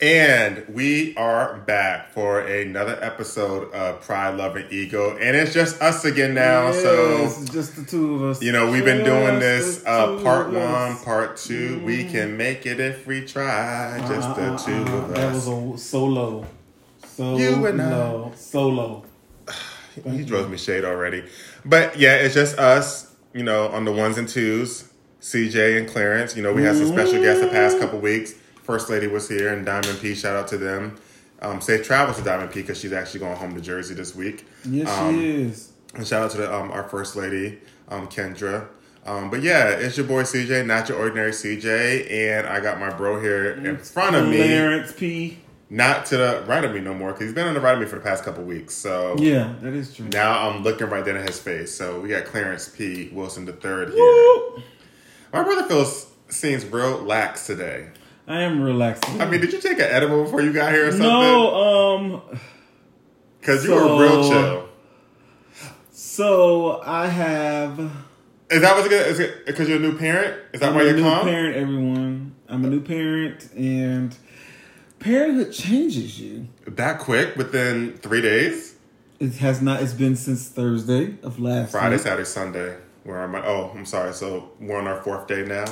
And we are back for another episode of Pride, Love, and Ego. And it's just us again now. Yeah, so, this is just the two of us. you know, we've been doing this Just the uh, two part of one, us. part 2 We can make it if we try. Just the Uh-uh, two uh-uh. of That was us. a solo. So You and I. low. Solo. he throws me shade already. But yeah, it's just us, you know, on the ones and twos. CJ and Clarence. You know, we had some special guests the past couple weeks. First Lady was here and Diamond P, shout out to them. Um, safe travels to Diamond P because she's actually going home to Jersey this week. Yes, Um, she is. And shout out to the, um, our first lady, um, Kendra. Um, but yeah, it's your boy CJ, not your ordinary CJ, and I got my bro here in front of me, Clarence P. not to the right of me no more, because he's been on the right of me for the past couple weeks. So Yeah, that is true. now I'm looking right there in his face. So we got Clarence P. Wilson III here. Woo! My brother feels seems real lax today. I am relaxing. I mean, did you take an edible before you got here or something? no, um, Because you were real So- chill. so I have. Is that what's good? Is it because you're a new parent? Is that I'm why a you're new calm? parent, everyone. I'm a new parent, and parenthood changes you. That quick within three days? It has not. It's been since Thursday of last Friday, week. Saturday, Sunday. Where am I? Oh, I'm sorry. So we're on our fourth day now.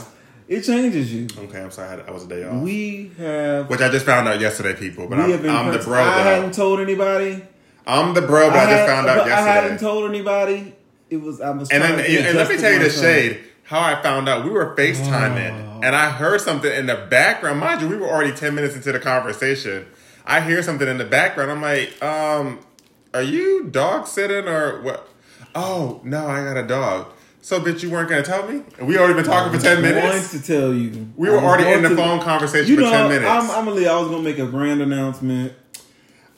It changes you. Okay, I'm sorry. I, had, I was a day off. We have. Which I just found out yesterday, people. But Mm-hmm. we I'm, have been I'm the friends- bro, I though. hadn't told anybody. I'm the bro, but I, just had- found out but I hadn't yesterday. told anybody. It was I was. And trying then, to and, let me adjust tell you it the myself. shade. How I found out. We were FaceTiming, Oh. and I heard something in the background. Mind you, we were already 10 minutes into the conversation. I hear something in the background. I'm like, um, are you dog sitting or what? Oh, no, I got a dog. So, bitch, you weren't going to tell me? And we already been talking for 10 minutes? Going to tell you. We were I was already going in the to- phone conversation You for know, ten minutes. I'm, I'm, I'm gonna. I was gonna make a brand announcement.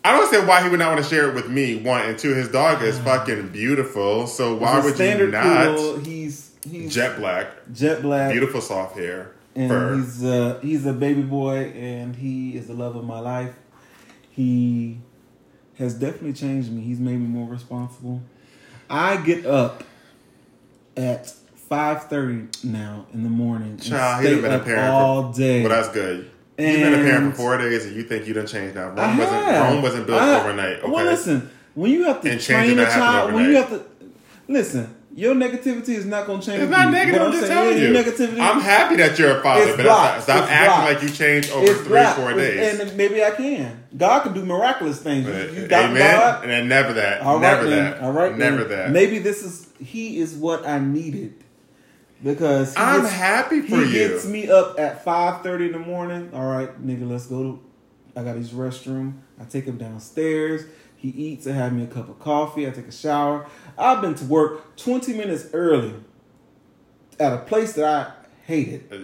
I do not understand why he would not want to share it with me. One and two, his dog is fucking beautiful. So why He's a would you standard not? poodle. He's he's Jet jet, black, black. beautiful soft hair, and fur. he's uh he's a baby boy and he is the love of my life he has definitely changed me he's made me more responsible i get up at 5.30 now in the morning and Child, he done stay been a up parent for- all day Well, that's good. You've been a parent And- for four days, and you think you done changed now? Rome I wasn't have. Rome wasn't built I- overnight. Okay, Well, listen, when you have to And change did train a not happen child, when you overnight. have to listen, your negativity is not going to change. it's not you. negative. What I'm just saying, telling yeah, you. your negativity. I'm happy that you're a father, It's but that's- blocked. stop It's acting blocked. like you changed over It's three, black. four It's- days. Uh, And maybe I can. God can do miraculous things. You, you got Amen. God. And then never that. All right, never then. that. All right, Never then. that. Maybe this is He is what I needed because he I'm gets- happy He for you. gets me up at five thirty in the morning. All right, nigga, let's go to. I got his restroom. I take him downstairs. He eats. I have me a cup of coffee. I take a shower. I've been to work twenty minutes early at a place that I hated. Uh,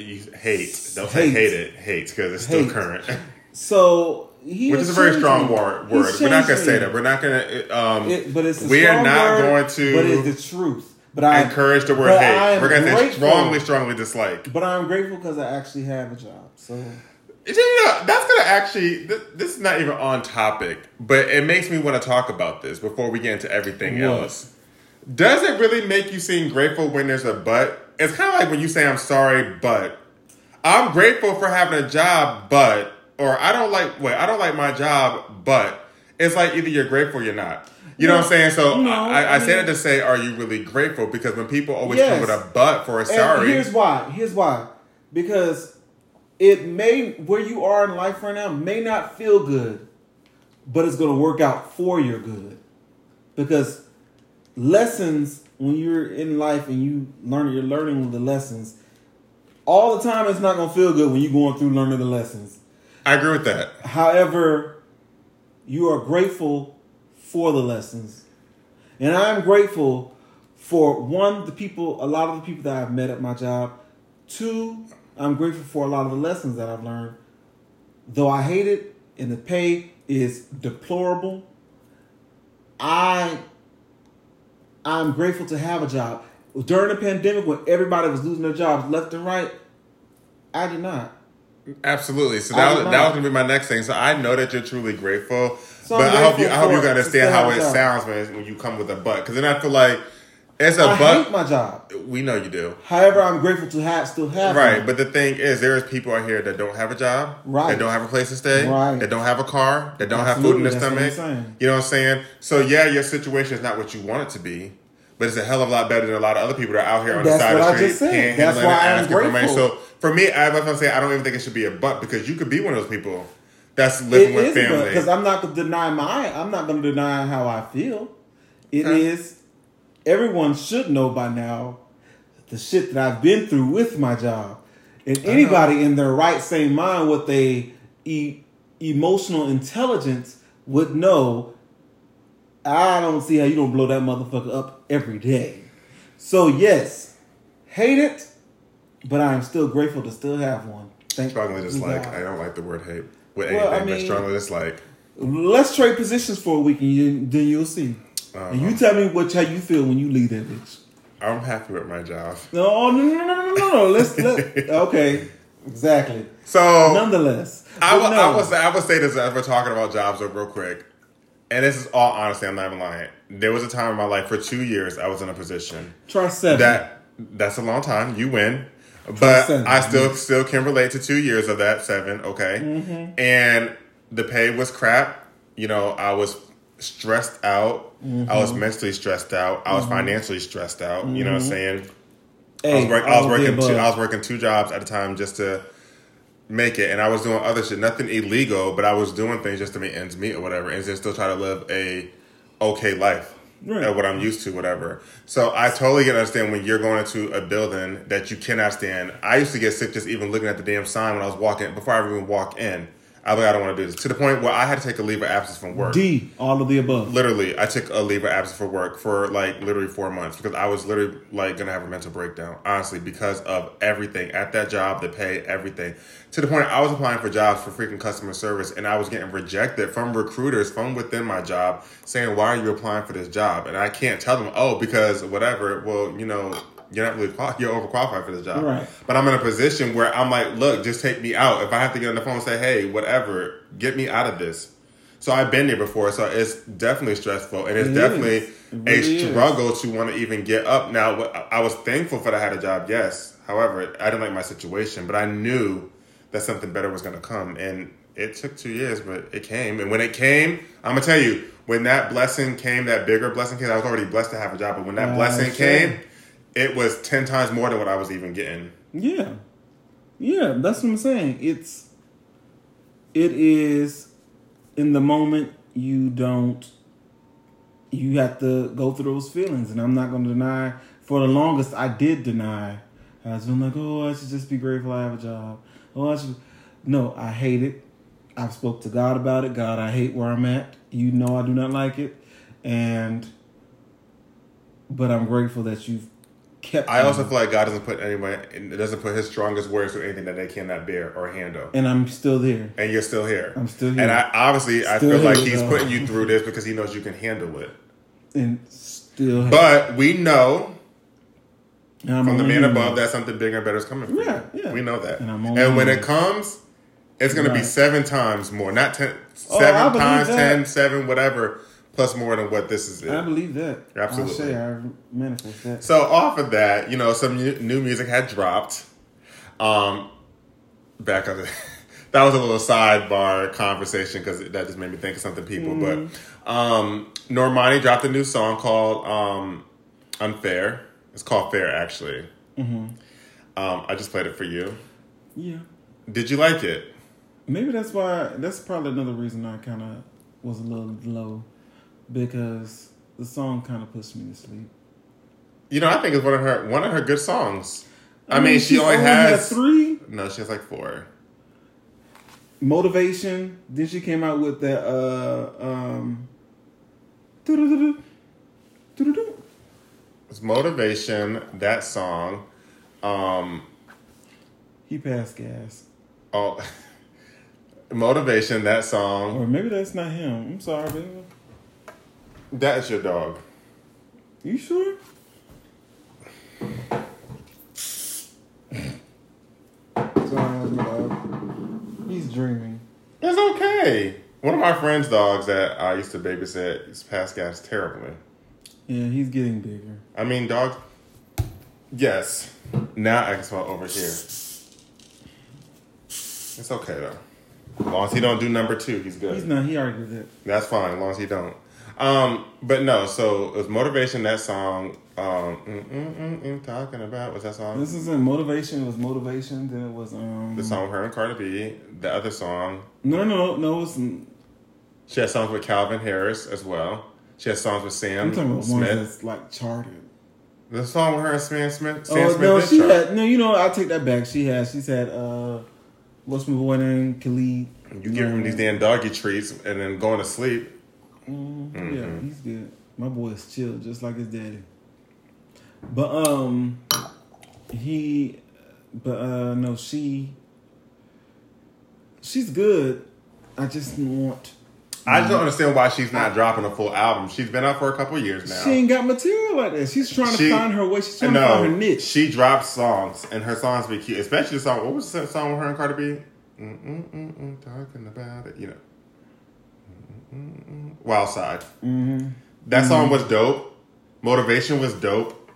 You hate. Don't say Hate. hate it. Hate because it's still Hate. current, So he which has is a very changed strong me. word. He's word. We're not gonna changed say me. that. We're not gonna. Um, It- but it's a we are strong not word, going to But it's the truth. But I encourage the word but I hate. am We're gonna say grateful. strongly, strongly dislike. But I'm grateful because I actually have a job. So You know, that's gonna actually. This, this is not even on topic, but it makes me want to talk about this before we get into everything What? else. Does it really make you seem grateful when there's a but? It's kind of like when you say, "I'm sorry, but I'm grateful for having a job, but," or "I don't like wait, I don't like my job, but." It's like either you're grateful or you're not. You know what I'm saying? So No, I, I, I I say that to mean- say, are you really grateful? Because when people always come Yes. with a but for a And sorry, here's why. Here's why. Because it may where you are in life right now may not feel good, but it's going to work out for your good. Because lessons when you're in life and you learn you're learning the lessons all the time it's not going to feel good when you're going through learning the lessons I agree with that. However, you are grateful for the lessons. And I'm grateful for one, the people, a lot of the people that I've met at my job. Two, I'm grateful for a lot of the lessons that I've learned. Though I hate it and the pay is deplorable, I I'm grateful to have a job. During the pandemic when everybody was losing their jobs left and right, I did not. Absolutely. So I that don't was, know. that was gonna be my next thing. So I know that you're truly grateful, So but I'm I hope you I grateful hope you can for- to understand still how have it a job. sounds when when you come with a butt. Because then I feel like It's a I hate buck. my job. We know you do. However, I'm grateful to have still have Right, one. but the thing is, there is people out here that don't have a job, Right. That don't have a place to stay, Right. That don't have a car, that don't have food in Absolutely, their that's what I'm stomach. saying. You know what I'm saying? So yeah, your situation is not what you want it to be, but it's a hell of a lot better than a lot of other people that are out here on That's the side what of I the just street, said. panhandling That's why I'm and asking for money. grateful. So for me, I, that's what I'm saying. I don't even think it should be a butt because you could be one of those people that's living with family. because I'm not gonna deny my. I'm not gonna deny how I feel. It is. Okay. Everyone should know by now the shit that I've been through with my job, and anybody in their right sane mind with a e- emotional intelligence would know. I don't see how you don't blow that motherfucker up every day. So yes, hate it, but I am still grateful to still have one. Thank strongly dislike. God. I don't like the word hate with Well, I anything, but mean- strongly dislike. Let's trade positions for a week, and you, then you'll see. Uh-huh. and you tell me what how you feel when you leave that bitch. I'm happy with my job. No, no, no, no, no, no, no, no. Let's let. Okay, exactly. So Nonetheless, I but would, no. I would say I would say this as we're talking about jobs though, real quick. And this is all honesty, I'm not even lying. There was a time in my life for two years I was in a position. try seven. That that's a long time. You win. But seven, I still still can relate to two years of that seven, okay? Mm-hmm. And the pay was crap. You know, I was stressed out. I was Mm-hmm. mentally stressed out. I was financially stressed out. You know what I'm saying? I was, Hey, work, I was all of the working two, I above. was working two jobs at a time just to make it, and I was doing other shit, nothing illegal, but I was doing things just to make ends meet or whatever, and just still try to live a okay life, Right. uh, what I'm used to, whatever. So I totally can understand when you're going into a building that you cannot stand. I used to get sick just even looking at the damn sign when I was walking before I even walked in. I was like, I don't want to do this to the point where I had to take a leave of absence from work D. All of the above. literally i took a leave of absence for work for like literally four months because i was literally like gonna have a mental breakdown honestly because of everything at that job the pay everything to the point i was applying for jobs for freaking customer service and i was getting rejected from recruiters from within my job saying why are you applying for this job and i can't tell them oh because whatever well you know you're not really qual- you're overqualified for this job Right. but i'm in a position where i'm like look just take me out if i have to get on the phone and say hey whatever get me out of this so I've been there before, so it's definitely stressful, and it's It is. definitely It really is. a struggle to want to even get up. Now, wh- I was thankful for that I had a job, yes. However, I didn't like my situation, but I knew that something better was going to come, and it took two years, but it came. And when it came, I'm gonna tell you, when that blessing came, that bigger blessing came. I was already blessed to have a job, but when that Ah, blessing sure. came, it was ten times more than what I was even getting. Yeah, yeah. That's what I'm saying. It's it is in the moment you don't you have to go through those feelings and i'm not going to deny for the longest i did deny i was been like oh i should just be grateful i have a job oh i should no i hate it i've spoke to god about it god i hate where i'm at you know i do not like it and but i'm grateful that you've kept I me. also feel like God doesn't put anyone, doesn't put His strongest words to anything that they cannot bear or handle. and i'm still there and you're still here. I'm still here. And I obviously I Still feel like here, he's though. putting you through this because he knows you can handle it. and still hate. But we know And I'm from the only man human. above that something bigger and better is coming. For Mm. Yeah, you. yeah. we know that. And I'm And, only when human. it comes, it's going to be Right. seven times more, not ten, Oh, I seven believe times that. ten, seven whatever, plus more than what this is. I believe that. Absolutely. I say I manifest that. So off of that, you know, some new, new music had dropped. Um, back on the, that was a little sidebar conversation because that just made me think of something people. Mm. But um, Normani dropped a new song called um, "Unfair." It's called "Fair," actually. Mm-hmm. Um, I just played it for you. Yeah. Did you like it? Maybe that's why. That's probably another reason I kind of was a little low because the song kind of pushed me to sleep. You know, I think it's one of her one of her good songs. I, mean, she she's only had has three no, she has like four. motivation. Then she came out with that. Uh, um, doo-doo-doo-doo, doo-doo-doo. It's motivation. That song. Um, He passed gas, Oh, motivation. That song. or maybe that's not him. I'm sorry, baby. That's your dog. You sure? Sorry, that was my dog. He's dreaming. It's okay. One of my friend's dogs that I used to babysit is passed gas terribly. Yeah, he's getting bigger. I mean, dog. Yes. Now I can smell over here. It's okay though. As long as he don't do number two, he's good. He's not. He already did it. That's fine. As long as he don't. Um, but no. So it was motivation. That song. Um, mm, mm, mm, mm, talking about was that song? This isn't motivation. It was motivation. Then it was um. The song with her and Cardi B. The other song. No, no, no, no. It was, She has songs with Calvin Harris as well. She has songs with Sam I'm talking about ones Smith. that's like charted. The song with her and Sam Smith. Sam Oh Smith no, did she chart. had no. You know, I'll take that back. She has. She's had. uh What's my boy name? Khalid. You give him these damn doggy treats and then going to sleep. Mhm. Mm-hmm. Yeah, he's good. My boy is chill, just like his daddy. But um, he, but uh, no, she. She's good. I just want. Mm-hmm. I just don't understand why she's not dropping a full album. She's been out for a couple years now. She ain't got material like that. She's trying to She- find her way. She's trying to no, find her niche. she drops songs and her songs be cute, especially the song. What was the song with her and Cardi B? Mm, Mm-mm-mm-mm, talking about it, you know. Mm, Mm-mm-mm-mm. Wild Side. Mm-hmm. That Mm-hmm. song was dope. Motivation was dope.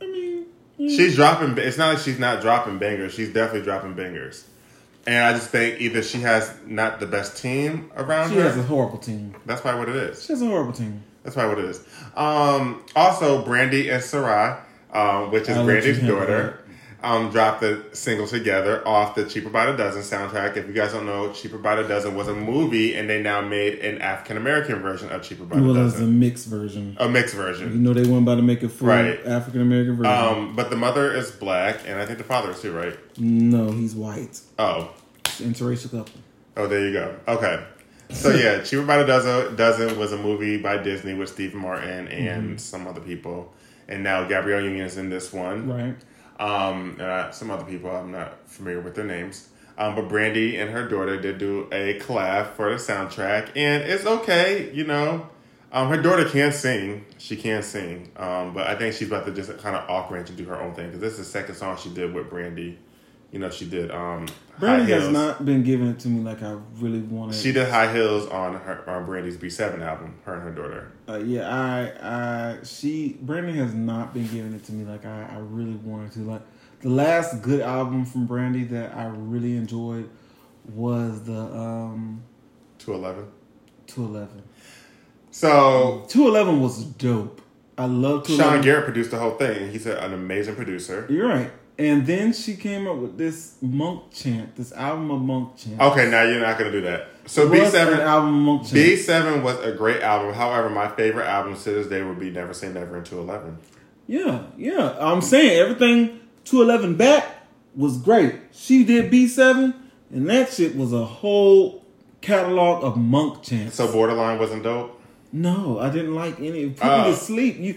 I mean, She's dropping. It's not like she's not dropping bangers. She's definitely dropping bangers. And I just think either she has not the best team around she her. has a horrible team. That's probably what it is. She has a horrible team. That's probably what it is. Um, also, Brandy and Sarai, um, which is I'll let Brandy's you handle daughter, um, dropped the single together off the Cheaper by the Dozen soundtrack. If you guys don't know, Cheaper by the Dozen was a movie, and they now made an African American version of Cheaper by Well, the that's a Dozen, mixed version. a mixed You version. know, they weren't about to make a full Right. African American version. Um, but the mother is black, and I think the father is too, right? no, he's white. Oh, It's an interracial couple. Oh, there you go. Okay. So yeah, Cheaper by the Dozen, Dozen was a movie by Disney with Steve Martin and Mm-hmm. some other people, and now Gabrielle Union is in this one, Right. um, and I, some other people I'm not familiar with their names. Um, but Brandy and her daughter did do a collab for the soundtrack, and it's okay, you know. Um, her daughter can sing; she can sing, um, but I think she's about to just kind of off range and do her own thing because this is the second song she did with Brandy. You know, she did. Um, High Brandy has Heels. not been giving it to me like I really wanted. She did high heels on her on Brandy's B7 album, her and her daughter. uh, yeah, I, I, she, Brandy has not been giving it to me like I, I really wanted to. Like the last good album from Brandy that I really enjoyed was the um 211. Two Eleven. So Two Eleven was dope. I love Two Sean Eleven. Garrett produced the whole thing. and He's a, an amazing producer. You're right. And then she came up with this Monk Chant, this album of Monk Chant. Okay, now you're not gonna do that. So It was an B7 album of Monk Chant. B7 was a great album. However, my favorite album to this day would be Never Say Never and 211. Yeah, yeah. I'm saying everything 211 back was great. She did B7, and that shit was a whole catalog of monk chants. So Borderline wasn't dope. no, I didn't like any. It put me Oh. to sleep. You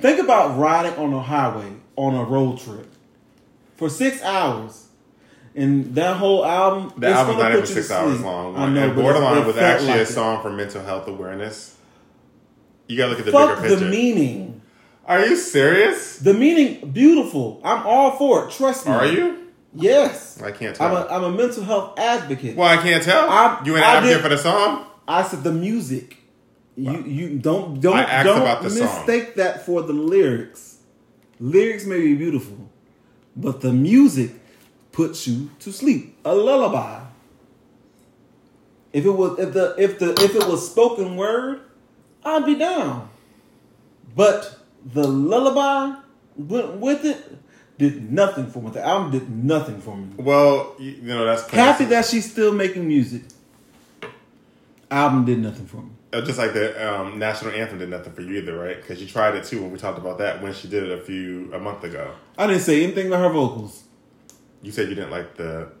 think about riding on a highway on a road trip for six hours. And that whole album, The it's album's gonna not even put you to six hours sleep. long. I know, and but it- Borderline it was felt actually like a it. song for mental health awareness. You gotta look at the Fuck bigger the picture. meaning. Are you serious? The meaning, beautiful. I'm all for it. Trust me. Are you? Yes. I can't tell. Hmm. I'm a, I'm a mental health advocate. Well, I can't tell. I- you an I advocate did- for the song? I said the music. You you don't don't I asked don't about the song. mistake that for the lyrics. Lyrics may be beautiful, but the music puts you to sleep. A lullaby. If it was if the if the if it was spoken word, I'd be down. But the lullaby went with it did nothing for me. The album did nothing for me. Well, you, you know that's clear. Happy that she's still making music. Album did nothing for me. Uh, just like the um, national anthem did nothing for you either, right? Because you tried it too when we talked about that when she did it a few a month ago. I didn't say anything about her vocals. You said you didn't like the.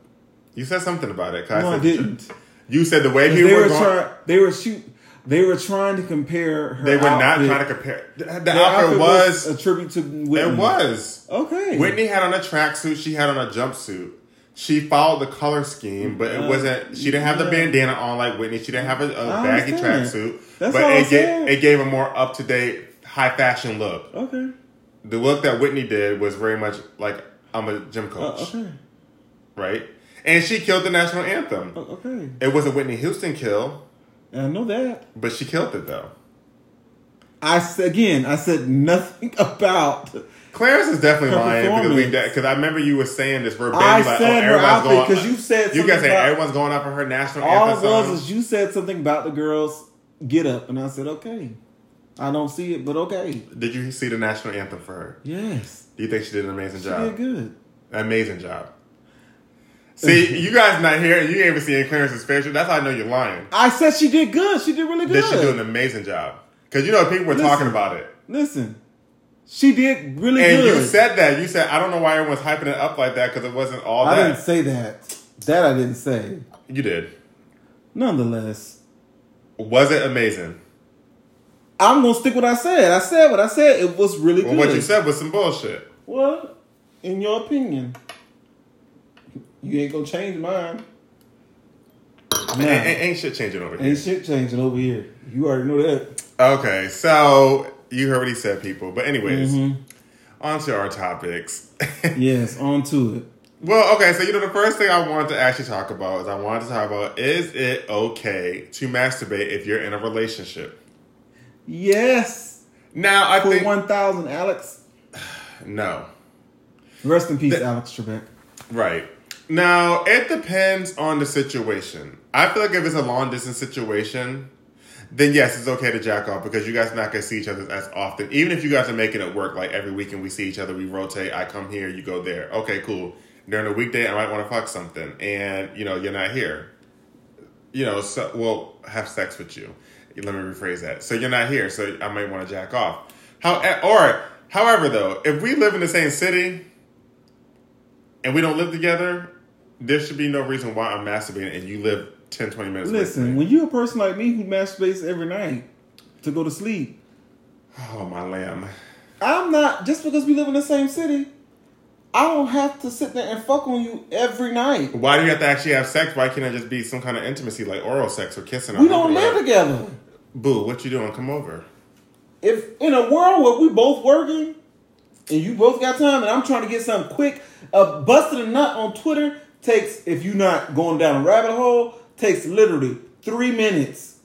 You said something about it. 'cause No, I said- didn't. You said the way They people were were going. trying. They were shoot. They were trying to compare her. they were not outfit. trying to compare. The, the Their outfit was. a tribute to Whitney. it was. okay. Whitney had on a tracksuit. She had on a jumpsuit. She followed the color scheme, but it Uh, wasn't. She didn't have the yeah. bandana on like Whitney. She didn't have a, a I baggy understand. tracksuit. That's But all I'm it saying. gave, it gave a more up to date, high fashion look. Okay. The look that Whitney did was very much like I'm a gym Uh, coach, okay. right? And she killed the national anthem. Uh, okay. It was a Whitney Houston kill, And I know that. but she killed it though. I s- again, I said nothing about. Clarence is definitely Her lying because we performance. because I remember you were saying this verbatim. I like, said oh, her everybody's outfit going- because you said You guys something say about- everyone's going up for her national All it anthem song. was is you said something about the girls get up, and I said okay. I don't see it, but okay. Did you see the national anthem for her? Yes, Do you think she did an amazing she job? did good. Amazing job. See, you guys not here. You ain't even seeing Clarence's facial. That's how I know you're lying. I said she did good. She did really good. They should do an amazing job because you know people were talking Listen. about it. Listen, she did really And good. you said that. You said I don't know why everyone's hyping it up like that because it wasn't all I didn't that. say that. That I didn't say. You did. Nonetheless, Was it amazing? I'm gonna stick with what I said. I said what I said. It was really Well, good. what you said was some bullshit. Well, in your opinion, you ain't gonna change mine. Nah, A- a- ain't shit changing over here. ain't shit changing over here. You already know that. Okay, so you heard what he said, people. But anyways, Mm-hmm. on to our topics. Yes, on to it. well, okay, so you know the first thing I wanted to actually talk about is I wanted to talk about is it okay to masturbate if you're in a relationship? Yes, Now I for think one thousand, Alex. no, Rest in peace, Alex Trebek. right. Now it depends on the situation. I feel like if it's a long distance situation, then yes, it's okay to jack off because you guys not gonna see each other as often. Even if you guys are making it work, like every weekend we see each other, we rotate. I come here, you go there. Okay, cool. During the weekday, I might want to fuck something, and you know you're not here. You know, so well have sex with you. Let me rephrase that. So you're not here, so I might want to jack off. How or however though, if we live in the same city and we don't live together, there should be no reason why I'm masturbating and you live 10, 20 minutes. away from me. Listen, when you're a person like me who masturbates every night to go to sleep, Oh my lamb. I'm not just because we live in the same city. I don't have to sit there and fuck on you every night. Why do you have to actually have sex? Why can't it just be some kind of intimacy, like oral sex or kissing? or We don't humping or live whatever? together. Boo! What you doing? Come over. If in a world where we both working and you both got time and I'm trying to get something quick, uh, busting a nut on Twitter takes if you're not going down a rabbit hole takes literally three minutes,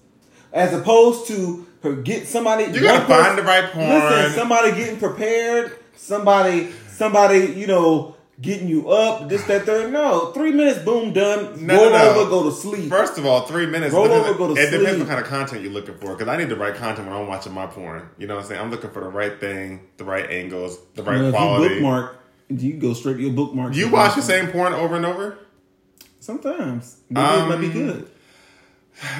as opposed to her get somebody. You gotta one person- find the right porn. Listen, somebody getting prepared, somebody, somebody, you know. Getting you up, this, that, third. No, three minutes, boom, done. No, roll no, no. over, go to sleep. First of all, three minutes. Roll depends- over, go to it depends sleep. what kind of content you're looking for. Because I need the right content when I'm watching my porn. You know what I'm saying? I'm looking for the right thing, the right angles, the right Now, if you Mm-hmm. quality. You, bookmark, you go straight to your bookmark. watch the same porn over and over? Sometimes. Maybe it might be Um, good.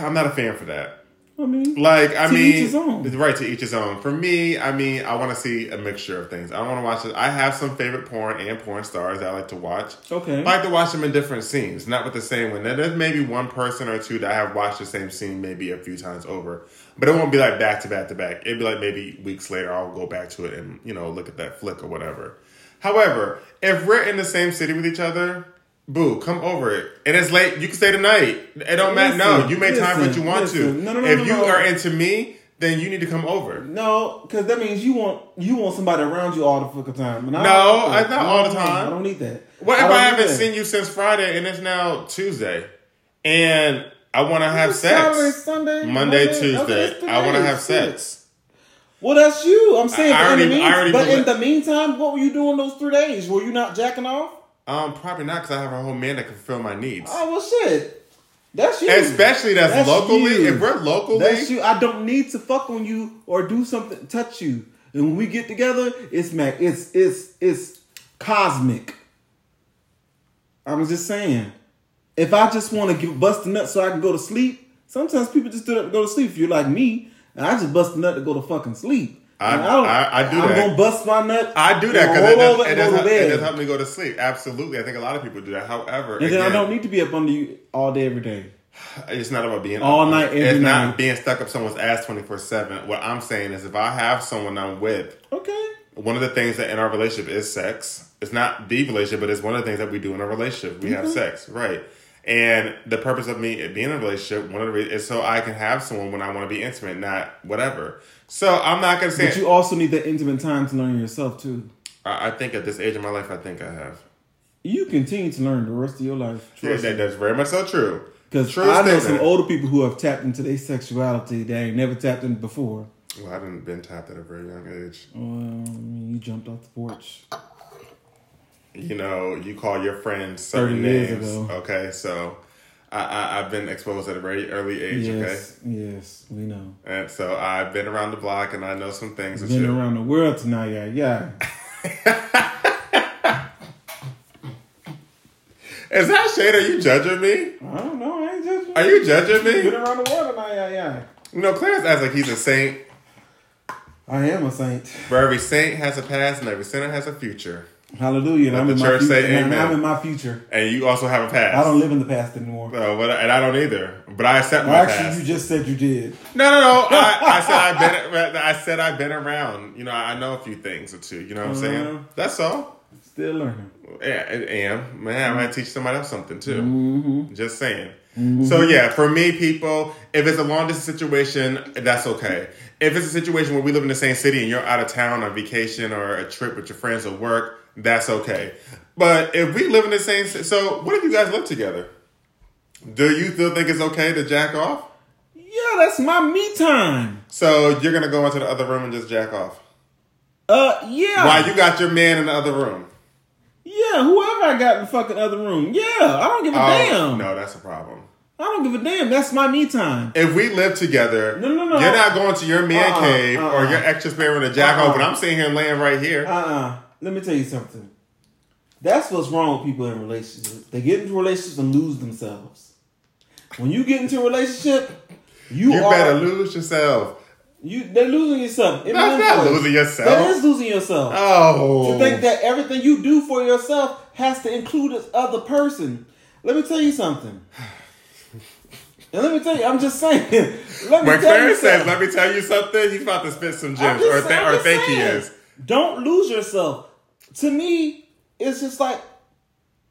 I'm not a fan for that. I mean, Like I To mean, each his own. right to each his own. For me, I mean, I want to see a mixture of things. I want to watch it. I have some favorite porn and porn stars that I like to watch. okay. I like to watch them in different scenes, not with the same one. Now, there's maybe one person or two that I have watched the same scene maybe a few times over, but it won't be like back to back to back. It'd be like maybe weeks later I'll go back to it and you know look at that flick or whatever. However, if we're in the same city with each other, boo, come over it. And it's late. You can stay tonight. It don't matter. No, Listen, you make time for what you listen, want to. listen. No, no, no, if no, you no. are into me, then you need to come over. no, because that means you want you want somebody around you all the fucking time. And I No, don't want I- that. not all the I don't want- time. I don't need that. What if don't I need haven't that. seen you since Friday and it's now Tuesday, and I want to have It's sex Saturday, Sunday, Monday, Monday. Okay, Tuesday? it's I want to today. have Shit. sex. Well, that's you. I'm saying, I but, already- in, the I already mean, but know in that. the meantime, what were you doing those three days? Were you not jacking off? Um, probably not because I have a whole man that can fulfill my needs. Oh well, shit. That's you. Especially that's, That's locally. you. If we're locally, That's you. I don't need to fuck on you or do something touch you. And when we get together, it's ma It's it's it's cosmic. I'm just saying. If I just want to give bust a nut so I can go to sleep, sometimes people just do that to go to sleep. If you're like me, and I just bust a nut to go to fucking sleep. I- And I- I do I'm that. gonna bust my nut. I do I'm that gonna because it, roll does, over it, and does go to help- it bed. does help me go to sleep. Absolutely, I think a lot of people do that. However, And then I again, don't need to be up under you all day every day. It's not about being All up. night, every It's night. not being stuck up someone's ass twenty four seven. What I'm saying is, if I have someone I'm with Okay. one of the things that in our relationship is sex. It's not the relationship, but it's one of the things that we do in a relationship. We have Mm-hmm. sex, right? And the purpose of me being in a relationship, one of the reasons is so I can have someone when I want to be intimate, not whatever. So I'm not gonna But say. you also need that intimate time to learn yourself too. I, I think at this age of my life, I think I have. You continue to learn the rest of your life. Yeah, that, that's very much so true. Because True I know statement. some older people who have tapped into their sexuality that ain't never tapped in before. Well, I didn't been tapped at a very young age. Um, you jumped off the porch. You know, you call your friends certain 30 years names. ago. Okay, so I, I I've been exposed at a very early age. Yes, yes, we know. Okay, and so I've been around the block and I know some things. And Been shit. around the world tonight, yeah, yeah. Is that shade? Are you judging me? I don't know. I ain't judging. Are you judging Been me? around the world tonight, yeah, yeah. You know, Clarence acts like he's a saint. I am a saint. For every saint has a past and every sinner has a future. Hallelujah. and I'm the in church my future. say and amen. I'm in my future. And you also have a past. I don't live in the past anymore. So, but, and I don't either. But I accept Well, my actually, past. you just said you did. No, no, no. I, I said I've been. I said I've been around. You know, I know a few things or two. You know what I'm Uh-huh. saying? That's all. Still learning. Yeah, I am. Man, I might teach somebody else something too. Just saying. So yeah, for me, people, if it's a long distance situation, that's okay. If it's a situation where we live in the same city and you're out of town on vacation or a trip with your friends or work, that's okay. But if we live in the same, ci- so what if you guys live together? Do you still think it's okay to jack off? Yeah, that's my me time. So you're gonna go into the other room and just jack off. Uh, yeah. Why you got your man in the other room? Yeah, whoever I got in the fucking other room. Yeah, I don't give a damn. Oh, no, that's a problem. I don't give a damn. That's my me time. If we live together, No, no, no. you're not going to your man Uh-uh, cave or uh-uh. your ex's bedroom to jack off. Uh-uh. But I'm sitting here laying right here. Uh uh Let me tell you something. That's what's wrong with people in relationships. They get into relationships and lose themselves. When you get into a relationship, you, you are better lose yourself. you they're losing yourself. It That's means not something. losing yourself. That is losing yourself. oh, To think that everything you do for yourself has to include this other person. Let me tell you something. And let me tell you, I'm just saying. Let me when tell you Clarence says, something. "Let me tell you something," he's about to spit some I'm gems, just or, th- saying- I'm or just think he saying. is. Don't lose yourself. To me, it's just like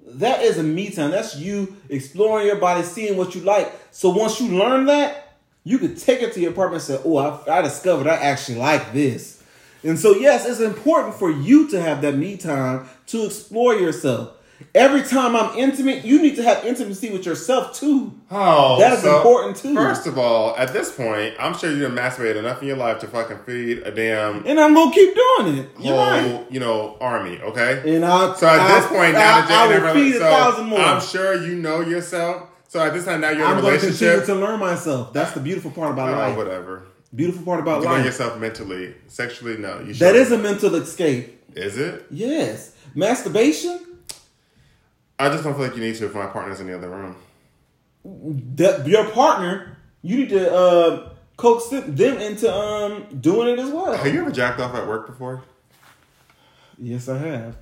that is a me time. That's you exploring your body, seeing what you like. So once you learn that, you could take it to your apartment and say, "Oh, I, I discovered I actually like this." And so, yes, it's important for you to have that me time to explore yourself. Every time I'm intimate, you need to have intimacy with yourself too. Oh, That is important, too. First of all, at this point, I'm sure you've masturbated enough in your life to fucking feed a damn And I'm gonna keep doing it. You're whole, right. you know, army. Okay, And I, Oh. So at this I- point, now I, that I you're in will a feed rela- a so thousand more. I'm sure you know yourself. So at this time, now you're in I'm a going to continue relationship. to learn myself. That's the beautiful part about Oh, life. whatever. Beautiful part about You know life. yourself mentally, sexually. No, you That should. is a mental escape. Is it? Yes. Masturbation? I just don't feel like you need to if my partner's in the other room. That your partner, you need to uh, coax them them into um doing it as well. Have you ever jacked off at work before? Yes, I have.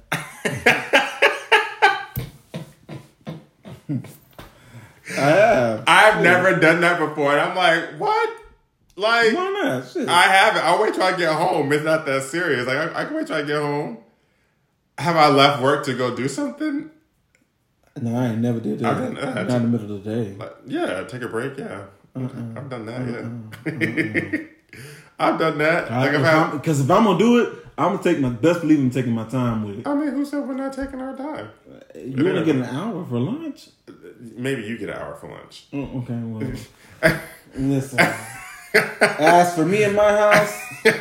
I have. I've never done that before, and I'm like, what? Like, Why not? Shit. I haven't. I'll wait till I get home. It's not that serious. Like, I, I can wait till I get home. Have I left work to go do something? no, I ain't never did that. I've done that. Not in the middle of the day. Like, yeah, take a break. Yeah, I've done that. Yeah, I've done that. Like I've had, Because if I'm gonna do it, I'm gonna take my best believe in taking my time with it. I mean, who said we're not taking our time? You only get an hour for lunch. Maybe you get an hour for lunch. Mm, Okay, well, listen. As for me in my house,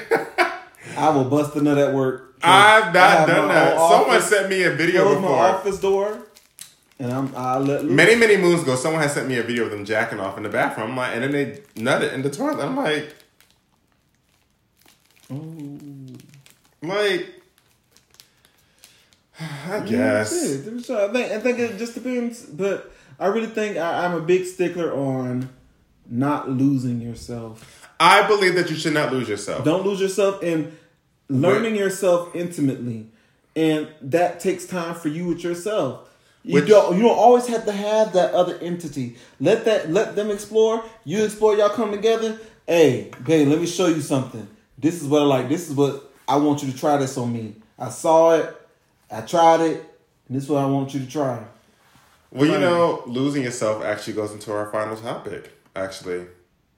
I will bust a nut at work. I've I not have done my that. own Someone office. sent me a video Close my before. office door, and I'm I let loose. Many, many moons ago, someone had sent me a video of them jacking off in the bathroom. I'm like, and then they nutted in the toilet. I'm like, Oh, like, I guess. Shit, I'm sure. I think I think it just depends, but I really think I, I'm a big stickler on not losing yourself. I believe that you should not lose yourself. Don't lose yourself in learning yourself intimately, and that takes time for you with yourself. You Which- don't you don't always have to have that other entity. Let that let them explore. You explore. Y'all come together. Hey, babe, let me show you something. This is what I like. This is what I want you to try. This on me. I saw it. I tried it. And this is what I want you to try. Well, you Right. know, losing yourself actually goes into our final topic, actually.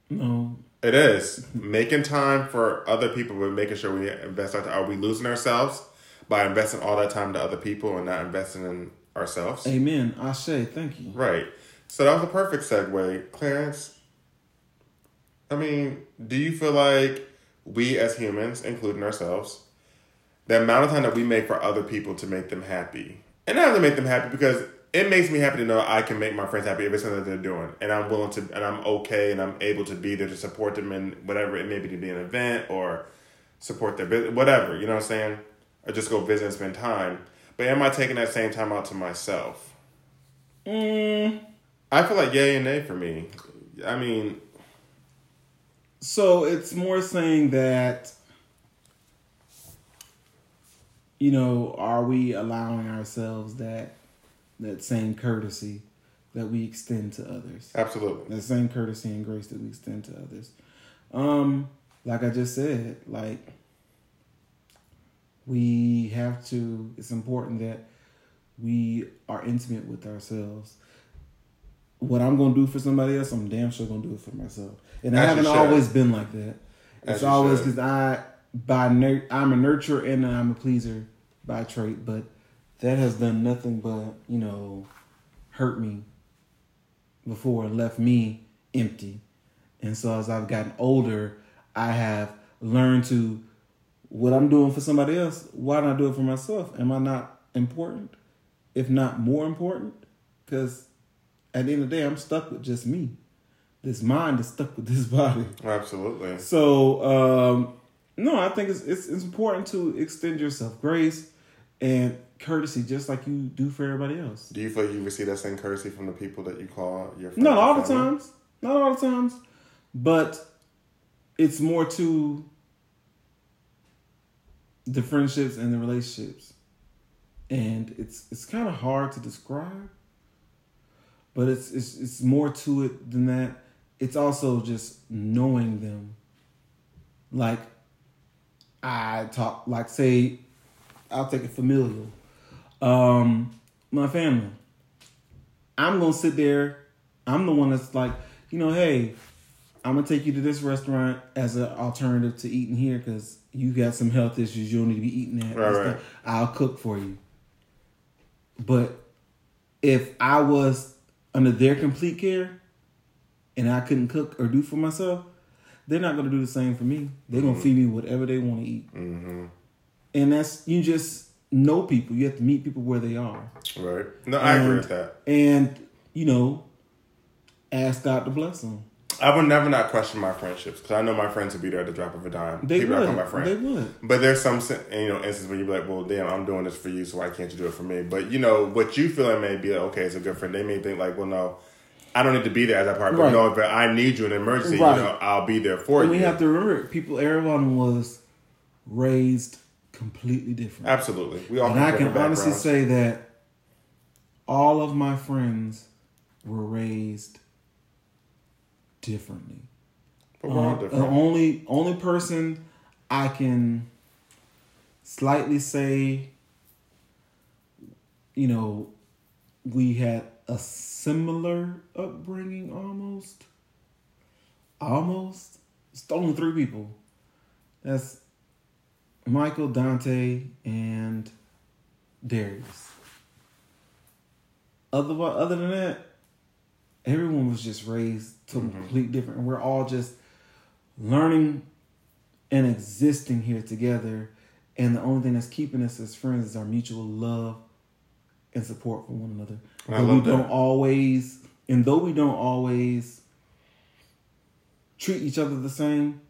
No, It is making time for other people, but making sure we invest our Are we losing ourselves by investing all that time to other people and not investing in ourselves? amen. I say thank you. Right. So that was a perfect segue. Clarence, I mean, do you feel like we as humans, including ourselves, the amount of time that we make for other people to make them happy. And not to make them happy because it makes me happy to know I can make my friends happy if it's something that they're doing. And I'm willing to and I'm okay and I'm able to be there to support them in whatever it may be to be an event or support their business, whatever, you know what I'm saying? Or just go visit and spend time. But am I taking that same time out to myself? Mm, I feel like yay and nay for me. I mean, so it's more saying that you know, are we allowing ourselves that that same courtesy that we extend to others? absolutely. That same courtesy and grace that we extend to others. Um, like I just said, like we have to it's important that we are intimate with ourselves. What I'm gonna do for somebody else, I'm damn sure gonna do it for myself. And As I you haven't should. always been like that. As It's you always should. because I by nur- I'm a nurturer and I'm a pleaser by trait, but that has done nothing but you know hurt me before and left me empty. And so as I've gotten older, I have learned to what I'm doing for somebody else. Why don't I do it for myself? Am I not important? If not more important, because at the end of the day, I'm stuck with just me. This mind is stuck with this body. Absolutely. So um, no, I think it's, it's it's important to extend yourself grace and courtesy, just like you do for everybody else. Do you feel like you receive that same courtesy from the people that you call your friends? Not and all the family? times, not all the times, but it's more to the friendships and the relationships, and it's it's kind of hard to describe, but it's it's it's more to it than that. It's also just knowing them. Like I talk, like say, I'll take it familial. Um, my family. I'm gonna sit there. I'm the one that's like, you know, hey, I'm gonna take you to this restaurant as an alternative to eating here because you got some health issues. You don't need to be eating that. Right, right. I'll cook for you. But if I was under their complete care and I couldn't cook or do for myself, they're not gonna do the same for me. They're Mm-hmm. gonna feed me whatever they want to eat and that's you just know people you have to meet people where they are Right. No, I agree And- with that. and you know ask god to bless them I would never not question my friendships because I know my friends would be there at the drop of a dime. they People that call would my friend. they would But there's some sen- you know instances where you're like, well, damn, I'm doing this for you, so why can't you do it for me? But you know what you feel it may be like, okay, it's a good friend. They may think like, well, no, I don't need to be there as that part. But Right. no, if I need you in an emergency, Right. you know, I'll be there for and you. we have to remember people everyone was raised completely different Absolutely, we all. and have i can different honestly backgrounds. say that all of my friends were raised differently but we're all Um, different. The only only person I can slightly say, you know, we had a similar upbringing almost. Almost. It's only three people. That's Michael, Dante, and Darius. Other other than that, everyone was just raised to Mm-hmm. a complete different, and we're all just learning and existing here together. And the only thing that's keeping us as friends is our mutual love and support for one another. I Though we love that. don't always, and though we don't always treat each other the same,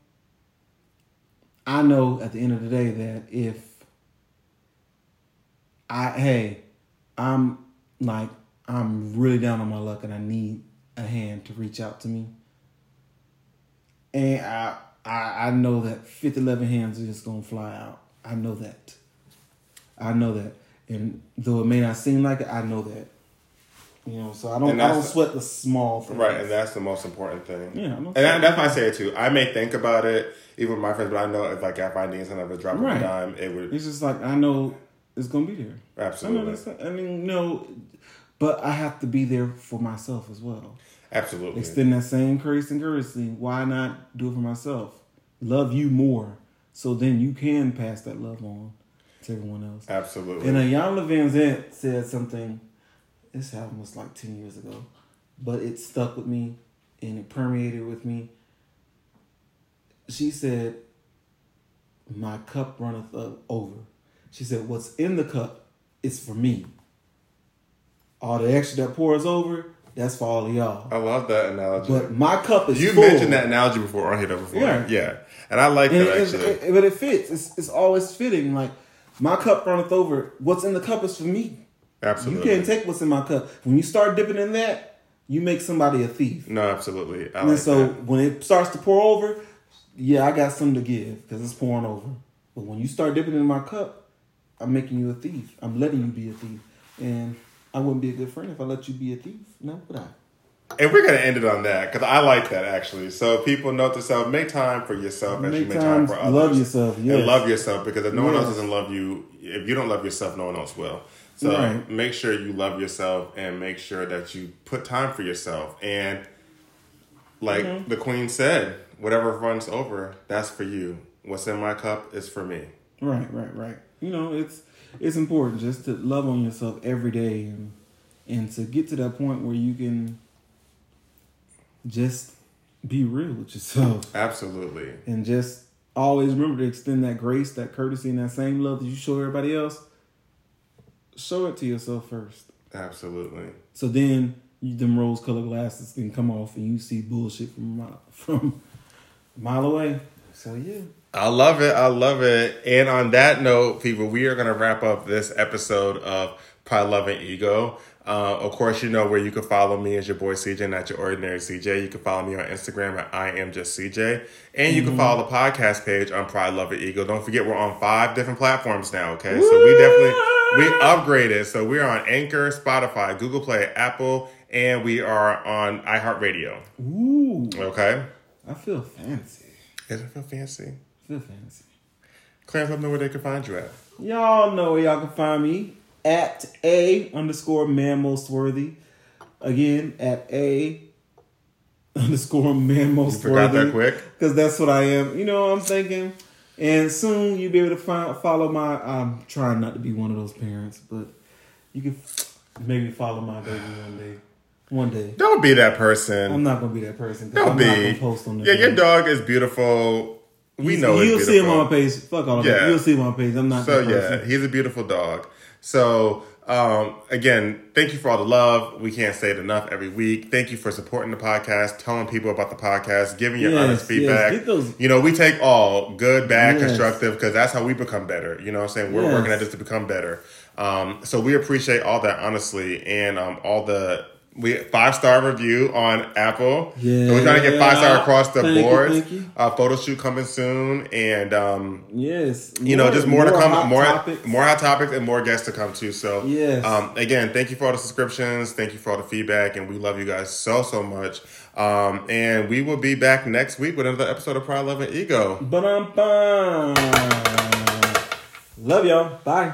I know at the end of the day that if I hey, I'm like I'm really down on my luck and I need a hand to reach out to me. And I I, I know that 50, 11 hands are just gonna fly out. I know that. I know that. And though it may not seem like it, I know that. You know, so I don't And I that's- don't sweat the small things. Right, and that's the most important thing. Yeah, I'm and not that, saying- that's why I say it too. I may think about it, even with my friends, but I know if like if I need something, I would drop it Right. a dime. It would It's just like I know it's gonna be there. I know absolutely, that's not, I mean no, but I have to be there for myself as well. absolutely. Extend that same grace and courtesy. Why not do it for myself? Love you more, so then you can pass that love on to everyone else. Absolutely. And Ayanna Van Zant said something. This album was like ten years ago, but it stuck with me, and it permeated with me. She said, My cup runneth o- over. She said, What's in the cup is for me. All the extra that pours over, that's for all of y'all. I love that analogy. But my cup is you full. mentioned that analogy before on here though before. Yeah. Yeah. And I like And that it- actually. it- it- but it fits. It's, it's always fitting. Like, my cup runneth over. What's in the cup is for me. You absolutely. can't take what's in my cup. When you start dipping in that, you make somebody a thief. no, absolutely. I And like so that. when it starts to pour over, yeah, I got something to give because it's pouring over. But when you start dipping in my cup, I'm making you a thief. I'm letting you be a thief. And I wouldn't be a good friend if I let you be a thief. No, would I? And we're gonna end it on that because I like that actually. So people note to self, make time for yourself as you Make make time time, for others. love yourself. Yes. And love yourself because if no one Yes. else doesn't love you, if you don't love yourself, no one else will. So Right. make sure you love yourself and make sure that you put time for yourself. And like the queen said, whatever runs over, that's for you. What's in my cup is for me. Right, right, right. You know, it's it's important just to love on yourself every day and and to get to that point where you can just be real with yourself. Absolutely. and just always remember to extend that grace, that courtesy, and that same love that you show everybody else. Show it to yourself first. Absolutely. So then, you, them rose colored glasses can come off, and you see bullshit from a mile, from a mile away. So yeah, I love it. I love it. And on that note, people, we are going to wrap up this episode of Pride, Love, and Ego. Uh, of course, you know where you can follow me as your boy CJ, not your ordinary CJ. You can follow me on Instagram at I am just CJ. And you can follow the podcast page on Pride, Love, and Ego. Don't forget, we're on five different platforms now, okay? So we definitely, we upgraded. So we're on Anchor, Spotify, Google Play, Apple, and we are on iHeartRadio, ooh, okay? I feel fancy. Doesn't feel fancy. I feel fancy. Clarence, let them know where they can find you at. Y'all know where y'all can find me at a underscore man most worthy. Again, at a underscore man most Forgot worthy. that quick. because that's what I am. You know what I'm thinking? And soon you'll be able to find, follow my. I'm trying not to be one of those parents, but you can maybe follow my baby one day. One day. Don't be that person. I'm not going to be that person. 'cause Don't I'm be. not going to post on there. yeah, your dog is beautiful. We know You'll it's see him beautiful. on my page. Fuck all of that. Yeah. You'll see him on my page. I'm not So that person. yeah, he's a beautiful dog. So um, again, thank you for all the love. We can't say it enough every week. Thank you for supporting the podcast, telling people about the podcast, giving your Yes, honest yes. feedback. Get those- You know, we take all good, bad, Yes. constructive, because that's how we become better. You know what I'm saying? We're Yes. working at this to become better. Um, so we appreciate all that honestly and um, all the we five star review on Apple. So we're trying to get five star Yeah. across the Thank you, board. thank you. Uh, photo shoot coming soon and um, Yes. you know, just more, to come, hot more topics. more hot topics, and more guests to come to. So, Yes. um, again, thank you for all the subscriptions, thank you for all the feedback, and we love you guys so so much. Um, and we will be back next week with another episode of Pride, Love, and Ego. Ba-dum-bum. Love y'all. Bye.